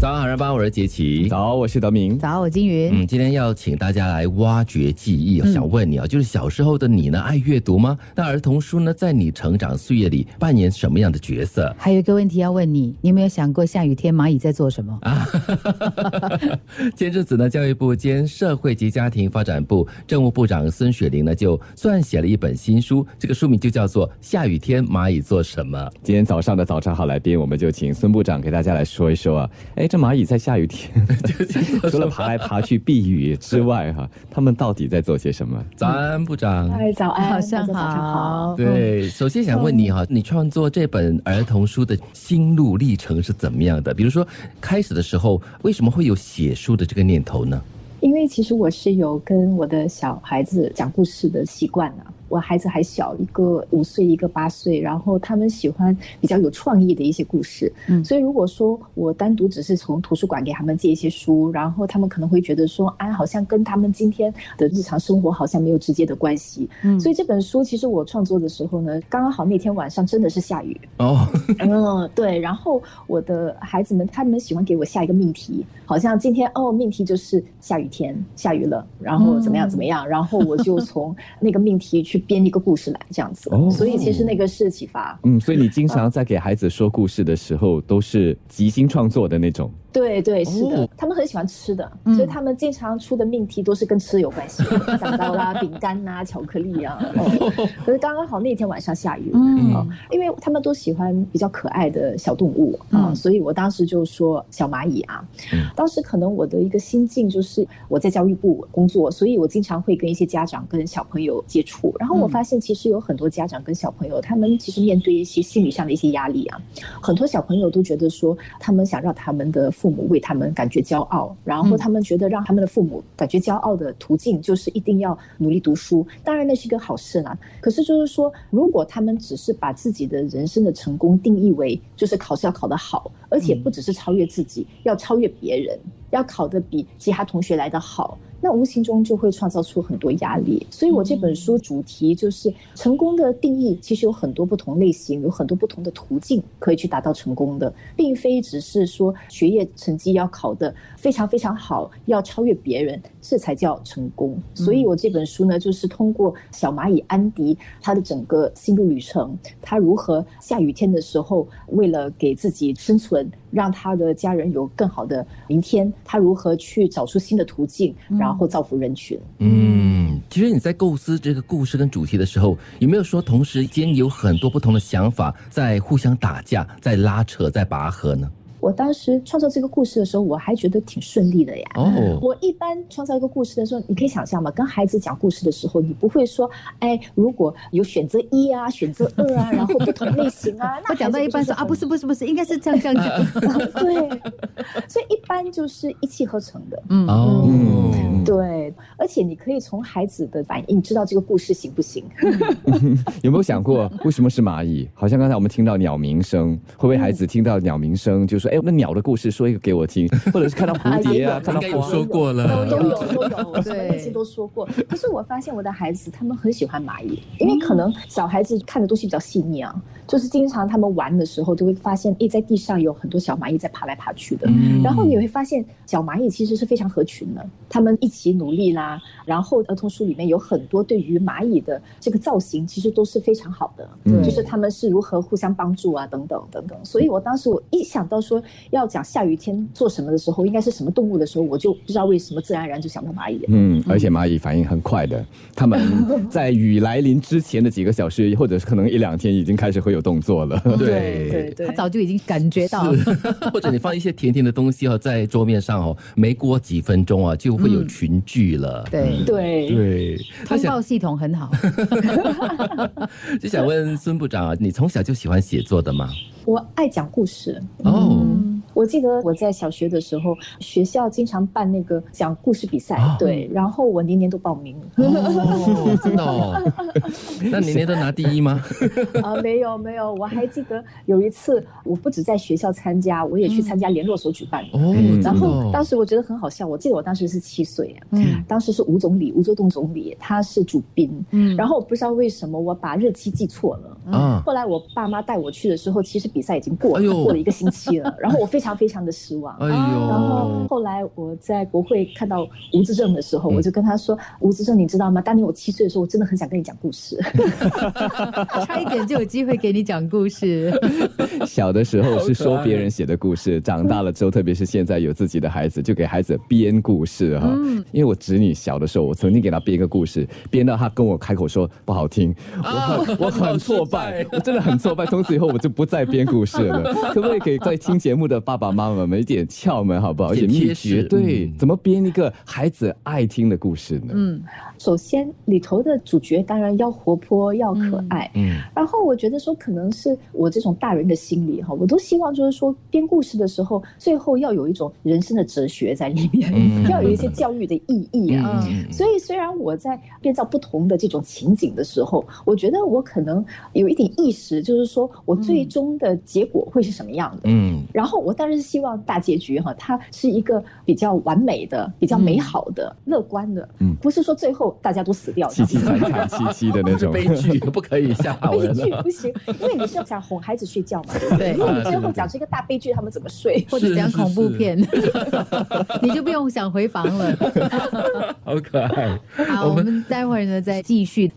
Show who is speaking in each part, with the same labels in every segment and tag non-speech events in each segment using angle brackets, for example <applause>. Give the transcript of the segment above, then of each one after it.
Speaker 1: 早安，好人帮，我是杰奇。
Speaker 2: 早，我是德明。
Speaker 3: 早，我金云。
Speaker 1: 嗯，今天要请大家来挖掘记忆、哦。想问你啊、哦，就是小时候的你呢，爱阅读吗？那儿童书呢，在你成长岁月里扮演什么样的角色？
Speaker 3: 还有一个问题要问你，你有没有想过下雨天蚂蚁在做什么？啊，
Speaker 1: 前阵子呢，教育部兼社会及家庭发展部政务部长孙雪玲呢，就撰写了一本新书，这个书名就叫做《下雨天蚂蚁做什么》。
Speaker 2: 今天早上的早茶好来宾，我们就请孙部长给大家来说一说啊。哎，这蚂蚁在下雨天， <laughs> 除了爬来爬去避雨之外、啊，哈，他们到底在做些什么？
Speaker 1: 早安，部长。
Speaker 4: 嗨，哎早
Speaker 3: 早
Speaker 4: 安，
Speaker 3: 上
Speaker 4: 哦
Speaker 3: 好。
Speaker 1: 对，首先想问你
Speaker 4: 嗯
Speaker 1: 哈、啊，你创作这本儿童书的心路历程是怎么样的？比如说，开始的时候为什么会有写书的这个念头呢？
Speaker 4: 因为其实我是有跟我的小孩子讲故事的习惯呢、啊。我孩子还小，一个五岁，一个八岁，然后他们喜欢比较有创意的一些故事，嗯，所以如果说我单独只是从图书馆给他们借一些书，然后他们可能会觉得说，啊，好像跟他们今天的日常生活好像没有直接的关系，嗯，所以这本书其实我创作的时候呢，刚刚好那天晚上真的是下雨
Speaker 1: 哦，
Speaker 4: 嗯，对，然后我的孩子们他们喜欢给我下一个命题，好像今天哦命题就是下雨天，下雨了，然后怎么样怎么样，嗯、然后我就从那个命题去。编一个故事来这样子，哦、所以其实那个是启发。
Speaker 2: 嗯，所以你经常在给孩子说故事的时候，都是即兴创作的那种。
Speaker 4: 对对是的，哦、他们很喜欢吃的，嗯、所以他们经常出的命题都是跟吃有关系， <laughs> 蛋糕啦、饼干呐、啊、巧克力啊。 <laughs> 哦、可是刚刚好那天晚上下雨，嗯、哦，因为他们都喜欢比较可爱的小动物啊，嗯、所以我当时就说小蚂蚁啊。嗯、当时可能我的一个心境就是我在教育部工作，所以我经常会跟一些家长跟小朋友接触，然后我发现其实有很多家长跟小朋友，他们其实面对一些心理上的一些压力啊，很多小朋友都觉得说他们想让他们的。父母为他们感觉骄傲，然后他们觉得让他们的父母感觉骄傲的途径就是一定要努力读书。当然，那是一个好事啦。可是就是说，如果他们只是把自己的人生的成功定义为就是考试要考得好，而且不只是超越自己，嗯、要超越别人，要考得比其他同学来得好。那无形中就会创造出很多压力，所以我这本书主题就是成功的定义，其实有很多不同类型，有很多不同的途径可以去达到成功的，并非只是说学业成绩要考得非常非常好，要超越别人，这才叫成功。所以我这本书呢，就是通过小蚂蚁安迪他的整个心路旅程，他如何下雨天的时候，为了给自己生存，让他的家人有更好的明天，他如何去找出新的途径，然后。或造福人群。
Speaker 1: 嗯，其实你在构思这个故事跟主题的时候，有没有说同时间有很多不同的想法在互相打架、在拉扯、在拔河呢？
Speaker 4: 我当时创造这个故事的时候，我还觉得挺顺利的呀。哦，我一般创造一个故事的时候，你可以想象嘛，跟孩子讲故事的时候，你不会说，哎，如果有选择一啊、选择二啊，然后不同类
Speaker 3: <laughs>
Speaker 4: 型啊，那
Speaker 3: 讲到一半说啊，不是不是不是，应该是这样这样
Speaker 4: <laughs> 讲。对，所以一般就是一气呵成的。
Speaker 1: 嗯哦，
Speaker 4: 对，而且你可以从孩子的反应知道这个故事行不行。
Speaker 2: 有没有想过为什么是蚂蚁？好像刚才我们听到鸟鸣声，会不会孩子听到鸟鸣声就说？哎，那鸟的故事说一个给我听，或者是看到蝴蝶
Speaker 4: <laughs> 哎
Speaker 2: 啊，看到花
Speaker 1: 说过了，
Speaker 4: 都有都有，对，那些都说过。可是我发现我的孩子他们很喜欢蚂蚁，因为可能小孩子看的东西比较细腻啊，就是经常他们玩的时候就会发现，哎，在地上有很多小蚂蚁在爬来爬去的。嗯、然后你会发现，小蚂蚁其实是非常合群的，他们一起努力啦。然后儿童书里面有很多对于蚂蚁的这个造型，其实都是非常好的，嗯、就是他们是如何互相帮助啊，等等等等。所以我当时我一想到说。要讲下雨天做什么的时候，应该是什么动物的时候，我就不知道为什么自然而然就想到蚂蚁。
Speaker 2: 嗯，而且蚂蚁反应很快的，它们在雨来临之前的几个小时，或者是可能一两天，已经开始会有动作了。
Speaker 4: 对对对，
Speaker 3: 它早就已经感觉到了。
Speaker 1: 或者你放一些甜甜的东西哦，在桌面上哦，没过几分钟啊，就会有群聚了。
Speaker 3: 对
Speaker 4: 嗯对
Speaker 1: 对，
Speaker 3: 通报系统很好。
Speaker 1: 就想问孙部长啊，你从小就喜欢写作的吗？
Speaker 4: 我爱讲故事嗯
Speaker 1: 哦。
Speaker 4: 我记得我在小学的时候，学校经常办那个讲故事比赛，啊、对，然后我年年都报名。
Speaker 1: 哦，真的哦？
Speaker 4: <laughs>
Speaker 1: 那年年都拿第一吗？
Speaker 4: 啊，没有没有，我还记得有一次，我不止在学校参加，我也去参加联络所举办的。哦、嗯，然后当时我觉得很好笑，我记得我当时是七岁，嗯，当时是吴总理，吴作栋总理，他是主宾，嗯，啊然后我不知道为什么我把日期记错了，嗯，后来我爸妈带我去的时候，其实比赛已经过了，哎、过了一个星期了，然后我非常。常非常的失望。
Speaker 1: 哎
Speaker 4: 然后
Speaker 1: 呦，
Speaker 4: 后来我在国会看到吴志正的时候，我就跟他说：“吴志正，你知道吗？当年我七岁的时候，我真的很想跟你讲故事。
Speaker 3: 差一点就有机会给你讲故事。
Speaker 2: 小的时候是说别人写的故事，长大了之后，特别是现在有自己的孩子，就给孩子编故事哈。因为我侄女小的时候，我曾经给她编一个故事，编到她跟我开口说不好听，
Speaker 1: 啊
Speaker 2: <laughs> 我
Speaker 4: 啊
Speaker 2: 很、我很挫败
Speaker 1: 好失败，
Speaker 2: 我真的很挫败。从此以后我就不再编故事了。
Speaker 1: <laughs>
Speaker 2: 可不可以给在听节目的爸爸妈妈们一点窍门好不好？
Speaker 1: 一
Speaker 2: 一
Speaker 1: 点
Speaker 2: 点
Speaker 1: 贴
Speaker 2: 秘
Speaker 1: 士
Speaker 2: 诀，对
Speaker 1: 嗯，
Speaker 2: 怎么编一个孩子爱听的故事呢？
Speaker 3: 嗯，
Speaker 4: 首先，里头的主角当然要活泼，要可爱。
Speaker 1: 嗯，
Speaker 4: 然后我觉得说，可能是我这种大人的心理哈，我都希望就是说，编故事的时候，最后要有一种人生的哲学在里面，
Speaker 1: 嗯
Speaker 4: <laughs> 要有一些教育的意义啊。
Speaker 1: 嗯
Speaker 4: 所以，虽然我在编造不同的这种情景的时候，我觉得我可能有一点意识，就是说我最终的结果会是什么样的。
Speaker 1: 嗯
Speaker 4: 然后我当然是希望大结局哈，它是一个比较完美的、比较美好的、乐观的，
Speaker 2: 嗯
Speaker 4: 不是说最后大家都死掉这
Speaker 2: 凄
Speaker 4: 样子。
Speaker 2: 凄惨惨戚戚的那
Speaker 1: <laughs>
Speaker 2: 种。
Speaker 1: 悲剧不可以吓唬
Speaker 4: 悲
Speaker 1: 人
Speaker 4: 剧
Speaker 1: 了。
Speaker 4: 不行，因为你是要想哄孩子睡觉嘛，对不
Speaker 3: 对
Speaker 4: 对？如果你最后讲出一个大悲剧，他们怎么睡？
Speaker 3: 或者讲
Speaker 1: 是是
Speaker 3: 恐怖片， <laughs> 你就不用想回房了。
Speaker 1: <laughs> 好可爱。
Speaker 3: 好，我们待会儿呢再继续。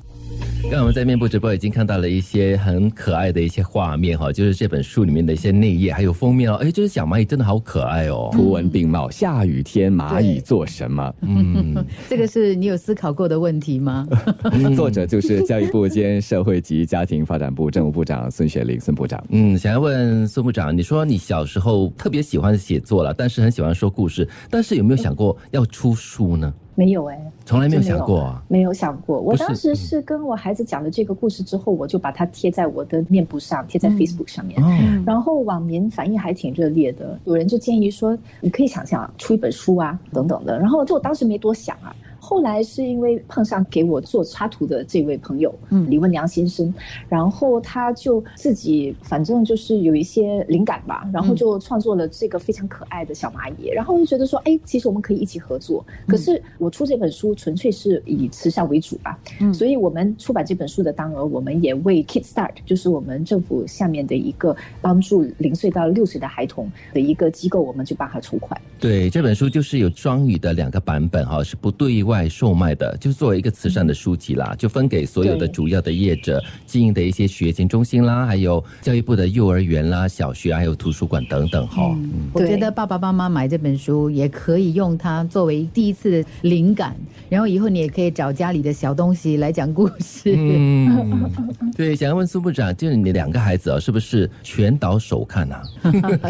Speaker 1: 刚才我们在面部直播已经看到了一些很可爱的一些画面哈，就是这本书里面的一些内页还有封面哦。哎，这只小蚂蚁真的好可爱哦。
Speaker 2: 图文并茂，下雨天蚂蚁
Speaker 3: 对
Speaker 2: 做什么？
Speaker 1: 嗯，
Speaker 3: 这个是你有思考过的问题吗？
Speaker 2: <laughs> 作者就是教育部兼社会及家庭发展部政务部长孙雪玲，孙部长。
Speaker 1: 嗯，想要问孙部长，你说你小时候特别喜欢写作了，但是很喜欢说故事，但是有没有想过要出书呢？
Speaker 4: 没有哎，
Speaker 1: 从来没有想过啊。
Speaker 4: 没有想过。我
Speaker 1: 不是
Speaker 4: 当时是跟我孩子讲了这个故事之后，我就把它贴在我的面部上，贴在
Speaker 3: 嗯
Speaker 4: Facebook 上面。
Speaker 1: 哦，
Speaker 4: 然后网民反应还挺热烈的，有人就建议说，你可以想象出一本书啊，等等的。然后就我当时没多想啊，后来是因为碰上给我做插图的这位朋友，
Speaker 3: 嗯
Speaker 4: 李文良先生，然后他就自己反正就是有一些灵感吧，然后
Speaker 3: 嗯
Speaker 4: 就创作了这个非常可爱的小蚂蚁。然后我就觉得说，哎，其实我们可以一起合作。可是我出这本书纯粹是以慈善为主吧，
Speaker 3: 嗯
Speaker 4: 所以我们出版这本书的当额，我们也为 Kickstart，就是我们政府下面的一个帮助零岁到六岁的孩童的一个机构，我们就帮他筹款。
Speaker 1: 对，这本书就是有双语的两个版本哈，是不对外售卖的，就作为一个慈善的书籍啦，就分给所有的
Speaker 4: 对
Speaker 1: 主要的业者、经营的一些学前中心啦，还有教育部的幼儿园啦、小学还有图书馆等等哈。
Speaker 3: 嗯，我觉
Speaker 4: 对
Speaker 3: 得爸爸妈妈买这本书也可以用它作为第一次的灵感，然后以后你也可以找家里的小东西来讲故事。
Speaker 1: 嗯，对，想要问苏部长，就是你两个孩子哦，是不是全岛首看啊？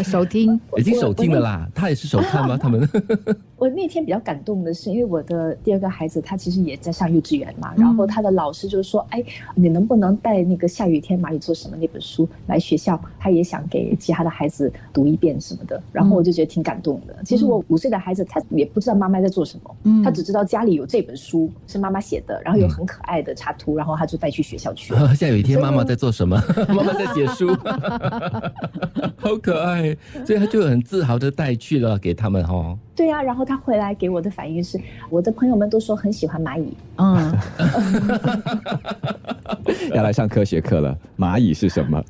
Speaker 3: <laughs> 收听，
Speaker 1: 已经首听了啦，他也是首看吗？ <laughs> 他们
Speaker 4: 我那天比较感动的是，因为我的第二个孩子他其实也在上幼稚园嘛，然后他的老师就说：“哎，你能不能带那个《下雨天蚂蚁做什么》那本书来学校？他也想给其他的孩子读一遍什么的。”然后我就觉得挺感动的。其实我五岁的孩子他也不知道妈妈在做什么，
Speaker 3: 嗯
Speaker 4: 他只知道家里有这本书是妈妈写的，然后有很可爱的插图，然后他就带去学校去。
Speaker 1: 下雨天妈妈在做什 <laughs> 么？妈妈在写 <laughs> 书，好可爱，所以他就很自豪的带去了给他们哦。
Speaker 4: 对啊，然后他回来给我的反应是，我的朋友们都说很喜欢蚂蚁，
Speaker 3: 嗯，
Speaker 1: 嗯
Speaker 2: 要来上科学课了。蚂蚁是什么？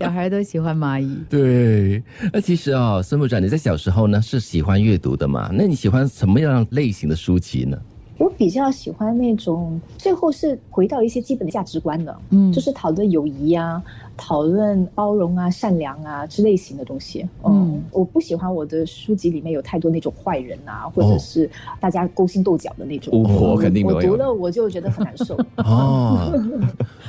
Speaker 3: 小孩都喜欢蚂蚁。
Speaker 1: 对，那其实哦，孙部长，你在小时候呢是喜欢阅读的嘛？那你喜欢什么样类型的书籍呢？
Speaker 4: 我比较喜欢那种最后是回到一些基本的价值观的，
Speaker 3: 嗯
Speaker 4: 就是讨论友谊啊，讨论包容啊、善良啊之类型的东西。嗯，
Speaker 3: 嗯
Speaker 4: 我不喜欢我的书籍里面有太多那种坏人啊，或者是大家勾心斗角的那种。
Speaker 2: 哦
Speaker 4: 嗯
Speaker 2: 巫婆肯定没
Speaker 4: 我读
Speaker 2: 有。
Speaker 4: 了我就觉得很难受。
Speaker 1: 哦，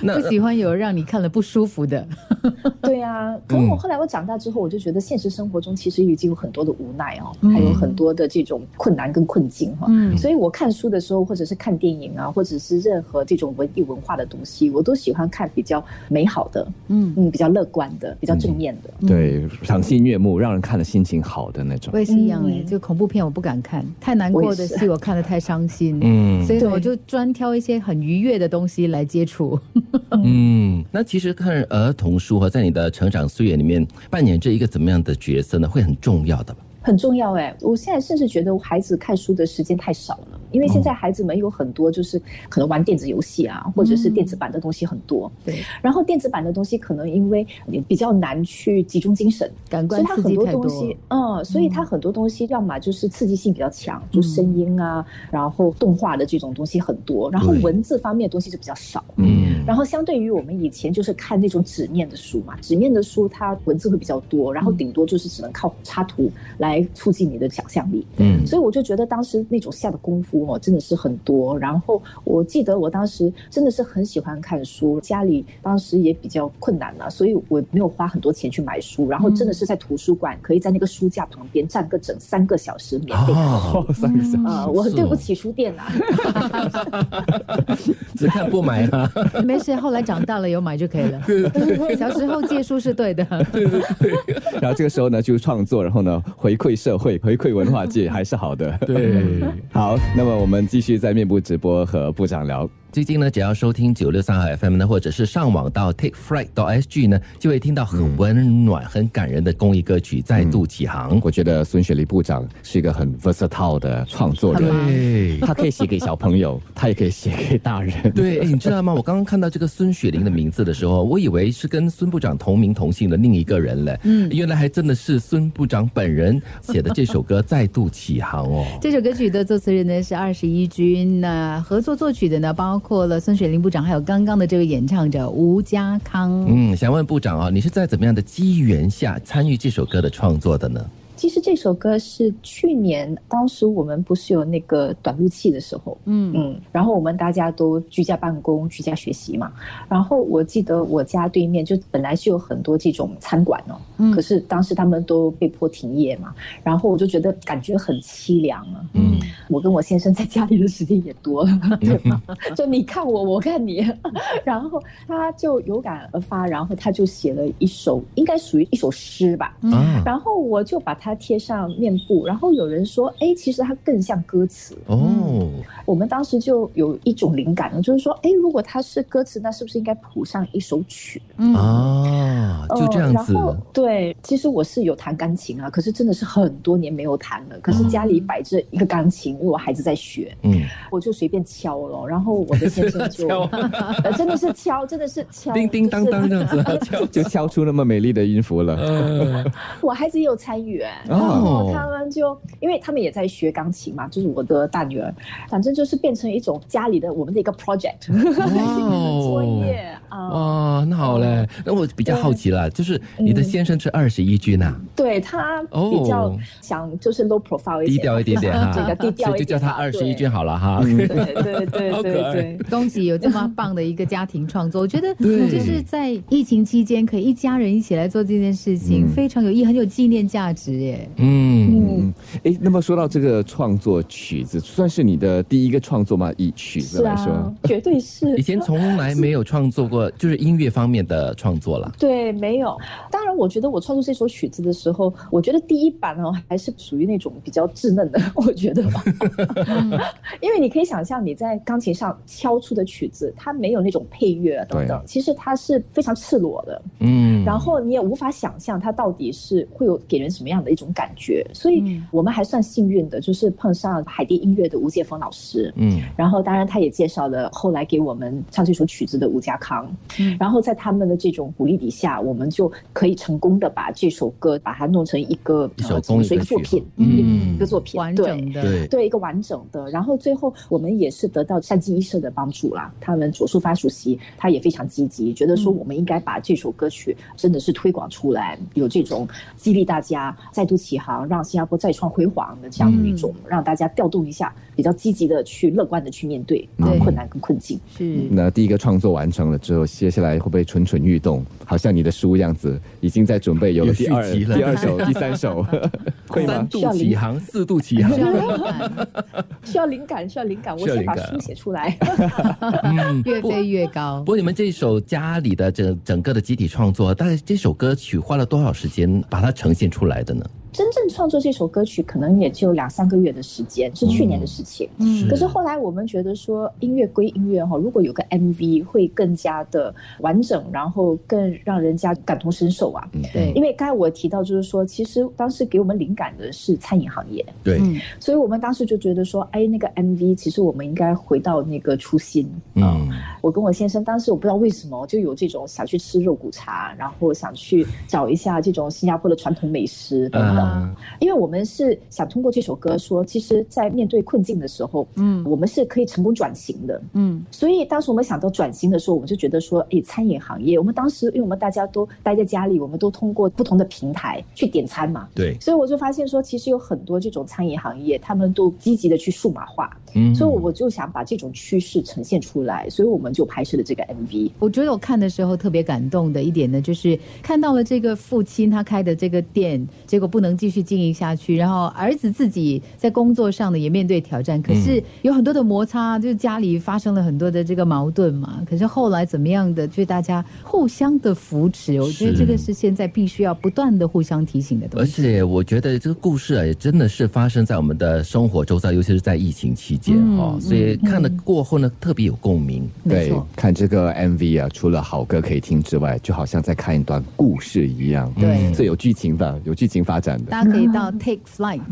Speaker 1: 那
Speaker 3: 不喜欢有让你看了不舒服的。 <laughs>
Speaker 4: 对啊，可
Speaker 3: 嗯
Speaker 4: 能我后来我长大之后，我就觉得现实生活中其实已经有很多的无奈哦，
Speaker 3: 嗯
Speaker 4: 还有很多的这种困难跟困境哈、
Speaker 3: 嗯
Speaker 4: 所以我看书的时候，或者是看电影啊，或者是任何这种文艺文化的东西，我都喜欢看比较美好的，
Speaker 3: 嗯，
Speaker 4: 嗯，比较乐观的，比较正面的。
Speaker 2: 对，赏心悦目，让人看了心情好的那种
Speaker 3: 我。也是一样嘞，
Speaker 4: 嗯
Speaker 3: 就恐怖片我不敢看，太难过的
Speaker 4: 我也是
Speaker 3: 戏我看得太伤
Speaker 1: <laughs>
Speaker 3: 心。
Speaker 1: 嗯
Speaker 3: 所以
Speaker 4: 对
Speaker 3: 我就专挑一些很愉悦的东西来接触。
Speaker 4: <laughs>
Speaker 1: 嗯，那其实看儿童书和在你的成长岁月里面扮演着一个怎么样的角色呢？会很重要的吧？
Speaker 4: 很重要哎、我现在甚至觉得我孩子看书的时间太少了。因为现在孩子们有很多就是可能玩电子游戏啊，或者是电子版的东西很多。
Speaker 3: 嗯对，
Speaker 4: 然后电子版的东西可能因为也比较难去集中精神，
Speaker 3: 感
Speaker 4: 所
Speaker 3: 官
Speaker 4: 以它
Speaker 3: 刺
Speaker 4: 很
Speaker 3: 激
Speaker 4: 多
Speaker 3: 太
Speaker 4: 东
Speaker 3: 多
Speaker 4: 西
Speaker 3: 了，，
Speaker 4: 嗯，所以它很多东西要么就是刺激性比较强，
Speaker 3: 嗯
Speaker 4: 就声音啊，然后动画的这种东西很多，然后
Speaker 1: 对
Speaker 4: 文字方面的东西就比较少。
Speaker 1: 嗯，
Speaker 4: 然后相对于我们以前就是看那种纸面的书嘛，纸面的书它文字会比较多，
Speaker 3: 嗯
Speaker 4: 然后顶多就是只能靠插图来促进你的想象力。
Speaker 1: 嗯
Speaker 4: 所以我就觉得当时那种下的功夫哦，真的是很多。然后我记得我当时真的是很喜欢看书，家里当时也比较困难嘛，所以我没有花很多钱去买书。然后真的是在图书馆，可以在那个书架旁边站个整三个小时免费看。
Speaker 1: 哦，
Speaker 2: 三个小时，
Speaker 4: 呃，我很对不
Speaker 1: 是哦
Speaker 4: 起书店啊呐、
Speaker 1: <laughs> 只看不买啊，
Speaker 3: 没事，后来长大了有买就可以
Speaker 4: <laughs>
Speaker 3: 了。小时候借书是对的，
Speaker 2: <laughs> 然后这个时候呢，就创作，然后呢，回馈社会，回馈文化界，还是好的。
Speaker 1: <laughs> 对。
Speaker 2: <laughs> 好，那么我们继续在面部直播和部长聊。
Speaker 1: 最近呢，只要收听九六三号 FM 呢，或者是上网到 takeflight sg 呢，就会听到很温暖、很感人的公益歌曲再度起航。
Speaker 2: 我觉得孙雪莉部长是一个很 versatile 的创作
Speaker 3: 很
Speaker 2: 人，
Speaker 3: 忙
Speaker 1: 对。
Speaker 2: 他可以写给小朋友，他也可以写给大人。
Speaker 1: 对，哎，你知道吗？我刚刚看到这个孙雪玲的名字的时候，我以为是跟孙部长同名同姓的另一个人嘞，嗯，原来还真的是孙部长本人写的这首歌《再度起航》哦。
Speaker 3: 这首歌曲的作词人呢是二十一军，那合作作曲的呢包括了孙雪林部长，还有刚刚的这位演唱者吴家康。
Speaker 1: 嗯，想问部长啊，你是在怎么样的机缘下参与这首歌的创作的呢？
Speaker 4: 其实这首歌是去年，当时我们不是有那个短路期的时候，
Speaker 3: 嗯
Speaker 4: 嗯，然后我们大家都居家办公、居家学习嘛。然后我记得我家对面就本来是有很多这种餐馆哦，
Speaker 3: 嗯
Speaker 4: 可是当时他们都被迫停业嘛。然后我就觉得感觉很凄凉啊。
Speaker 1: 嗯
Speaker 4: 我跟我先生在家里的时间也多了，
Speaker 3: <laughs>
Speaker 4: 对吧？就你看我，我看你。 <laughs> 然后他就有感而发，然后他就写了一首，应该属于一首诗吧。
Speaker 3: 嗯
Speaker 1: 啊
Speaker 4: 然后我就把它贴上面部，然后有人说，哎，其实它更像歌词。
Speaker 1: 哦，
Speaker 4: 我们当时就有一种灵感了，就是说，哎，如果它是歌词，那是不是应该谱上一首曲？
Speaker 3: 嗯，
Speaker 1: 啊，就这样子
Speaker 4: 呃。然后对，其实我是有弹钢琴啊，可是真的是很多年没有弹了。可是家里摆着一个钢琴，因为我孩子在学，
Speaker 1: 嗯，
Speaker 4: 我就随便敲了。然后我的先生
Speaker 1: <laughs>
Speaker 4: 就
Speaker 1: 敲，
Speaker 4: <laughs> 呃真的是敲，真的是敲，
Speaker 1: 叮叮当当
Speaker 4: 就是
Speaker 1: 这样
Speaker 4: <laughs>
Speaker 1: 子啊敲。
Speaker 2: <laughs> 就敲出那么美丽的音符了。
Speaker 1: 呃
Speaker 4: 我孩子也有参与、哎
Speaker 2: 哦
Speaker 4: 然后他们就因为他们也在学钢琴嘛，就是我的大女儿，反正就是变成一种家里的我们的一个 project，作业啊。
Speaker 1: 哦哇，那好嘞。
Speaker 4: 哦
Speaker 1: 那我比较好奇了，就是你的先生是二十一军呐，
Speaker 4: 对他比较想就是 low profile 一
Speaker 1: 哦低
Speaker 4: 些，
Speaker 1: 调一点点哈，
Speaker 4: <laughs> 这个低调
Speaker 1: 所以
Speaker 4: 一点
Speaker 1: 就叫他
Speaker 4: 嘛
Speaker 1: 二十一军。好了哈。
Speaker 4: 对对对对
Speaker 1: 好
Speaker 4: 对
Speaker 1: 可爱
Speaker 4: 对，
Speaker 3: 恭喜有这么棒的一个家庭创
Speaker 1: <laughs>
Speaker 3: 作，我觉得
Speaker 1: 对
Speaker 3: 就是在疫情期间可以一家人一起来做这件事情，
Speaker 2: 嗯
Speaker 3: 非常有意义，很有纪念价值耶。
Speaker 1: 嗯，
Speaker 4: 嗯，
Speaker 2: 诶，那么说到这个创作曲子，算是你的第一个创作吗？以曲子
Speaker 4: 是
Speaker 2: 来说，
Speaker 4: 啊，绝对是
Speaker 1: 以。前从来没有创作过，就是音乐方面的创作了。
Speaker 4: 对，没有。当然，我觉得我创作这首曲子的时候，我觉得第一版哦还是属于那种比较稚嫩的， <laughs> 我觉得吧。 <laughs> 因为你可以想象你在钢琴上敲出的曲子，它没有那种配乐啊等等
Speaker 2: 对，
Speaker 4: 其实它是非常赤裸的。
Speaker 1: 嗯，
Speaker 4: 然后你也无法想象它到底是会有给人什么样的一种感觉。所以
Speaker 3: 嗯
Speaker 4: 我们还算幸运的，就是碰上海地音乐的吴建峰老师。
Speaker 1: 嗯
Speaker 4: 然后，当然，他也介绍了后来给我们唱这首曲子的吴家康。
Speaker 3: 嗯
Speaker 4: 然后，在他们的这种鼓励底下，我们就可以成功的把这首歌把它弄成一个
Speaker 1: 一首
Speaker 4: 呃
Speaker 1: 公益
Speaker 4: 属于一
Speaker 1: 歌
Speaker 4: 个
Speaker 1: 曲
Speaker 4: 作品，
Speaker 1: 嗯
Speaker 4: 一个作品，
Speaker 3: 完
Speaker 4: 对
Speaker 3: 整的，
Speaker 1: 对，
Speaker 4: 对一个完整的。然后最后我们也是得到善济医社的帮助啦，他们左树发主席他也非常积极，觉得
Speaker 3: 嗯
Speaker 4: 说我们应该把这首歌曲真的是推广出来，有这种激励大家再度起航，让新加坡再创辉煌的这样的
Speaker 1: 嗯
Speaker 4: 一种，让大家调动一下，比较积极的去乐观的去面对啊
Speaker 1: 嗯
Speaker 3: 对
Speaker 4: 困难跟困境。
Speaker 3: 是。
Speaker 2: 那第一个创作完成了之后，接下来会不会蠢蠢欲动？好像你的书样子，已经在准备有了
Speaker 1: 有
Speaker 2: 第二、
Speaker 1: 续集了
Speaker 2: 第二
Speaker 1: <laughs>
Speaker 2: 首、第三
Speaker 3: <laughs>
Speaker 2: 首，会吗
Speaker 1: 三？度起航，四度起
Speaker 4: <laughs>
Speaker 1: 航
Speaker 3: 需。要灵感，
Speaker 4: 需要灵嗯感，需要灵感，啊我
Speaker 1: 需要
Speaker 4: 先把
Speaker 1: 灵感
Speaker 4: 书写出来。 <laughs>
Speaker 1: 嗯，
Speaker 3: <laughs> 越
Speaker 1: 不
Speaker 3: 飞越高
Speaker 1: 不。过你们这首家里的整整个的集体创作，大概这首歌曲花了多少时间把它呈现出来的呢？
Speaker 4: 真正创作这首歌曲可能也就两三个月的时间，是去年的事情。
Speaker 1: 嗯
Speaker 4: 可是后来我们觉得说，音乐归音乐哈、如果有个 MV 会更加的完整，然后更让人家感同身受啊。
Speaker 2: 嗯
Speaker 3: 对
Speaker 4: 因为刚才我提到，就是说，其实当时给我们灵感的是餐饮行业，
Speaker 1: 对，
Speaker 3: 嗯
Speaker 4: 所以我们当时就觉得说，哎，那个 MV 其实我们应该回到那个初心。
Speaker 1: 嗯
Speaker 4: 我跟我先生当时我不知道为什么就有这种想去吃肉骨茶，然后想去找一下这种新加坡的传统美食等等。
Speaker 1: 嗯
Speaker 4: 因为我们是想通过这首歌说，其实，在面对困境的时候，
Speaker 3: 嗯
Speaker 4: 我们是可以成功转型的。
Speaker 3: 嗯
Speaker 4: 所以当时我们想到转型的时候，我们就觉得说，诶，餐饮行业，我们当时因为我们大家都待在家里，我们都通过不同的平台去点餐嘛，
Speaker 1: 对，
Speaker 4: 所以我就发现说，其实有很多这种餐饮行业，他们都积极的去数码化，
Speaker 1: 嗯
Speaker 4: 所以我就想把这种趋势呈现出来，所以我们就拍摄了这个 MV。
Speaker 3: 我觉得我看的时候特别感动的一点呢，就是看到了这个父亲他开的这个店，结果不能继续经营下去，然后儿子自己在工作上呢也面对挑战，可是有很多的摩擦，就是家里发生了很多的这个矛盾嘛。可是后来怎么样的，就是大家互相的扶持，我觉得
Speaker 1: 是
Speaker 3: 这个是现在必须要不断的互相提醒的东
Speaker 1: 而
Speaker 3: 西。
Speaker 1: 且我觉得这个故事啊，也真的是发生在我们的生活周遭，尤其是在疫情期间
Speaker 3: 嗯
Speaker 1: 哈、所以看了过后呢，特别有共鸣。
Speaker 3: 没
Speaker 2: 对
Speaker 3: 错，，
Speaker 2: 看这个 MV 啊，除了好歌可以听之外，就好像在看一段故事一样。
Speaker 3: 对
Speaker 2: 是有剧情的，有剧情发展的。
Speaker 3: 大家可以到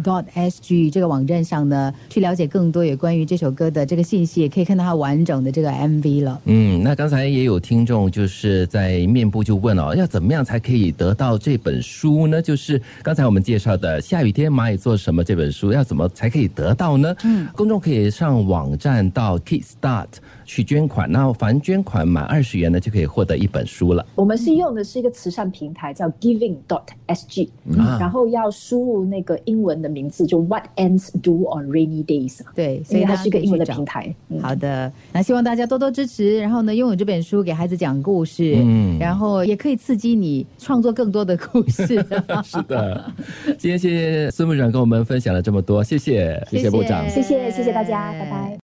Speaker 3: takeflight.sg 这个网站上呢，去了解更多有关于这首歌的这个信息，也可以看到它完整的这个 MV 了。
Speaker 1: 嗯，那刚才也有听众就是在面部就问哦，要怎么样才可以得到这本书呢？就是刚才我们介绍的《下雨天蚂蚁做什么》这本书，要怎么才可以得到呢？嗯，公众可以上网站到 Kickstart 去捐款，那凡捐款满二十元呢，就可以获得一本书了。
Speaker 4: 我们是用的是一个慈善平台叫 Giving dot SG，、
Speaker 1: 啊
Speaker 4: 然后要输入那个英文的名字，就 What ants do on rainy days，
Speaker 3: 对，所
Speaker 4: 所
Speaker 3: 以
Speaker 4: 以
Speaker 3: 大
Speaker 4: 它
Speaker 3: 家
Speaker 4: 是一
Speaker 3: 可
Speaker 4: 个
Speaker 3: 以去
Speaker 4: 英文的
Speaker 3: 找
Speaker 4: 平。台。嗯
Speaker 3: 好的，那希望大家多多支持，然后呢，拥有这本书给孩子讲故事，
Speaker 1: 嗯
Speaker 3: 然后也可以刺激你创作更多的故
Speaker 1: <laughs>
Speaker 3: 事。
Speaker 1: 是的，今天谢谢孙部长跟我们分享了这么多，谢谢
Speaker 2: 谢谢部长
Speaker 4: 谢谢谢谢大家，拜拜。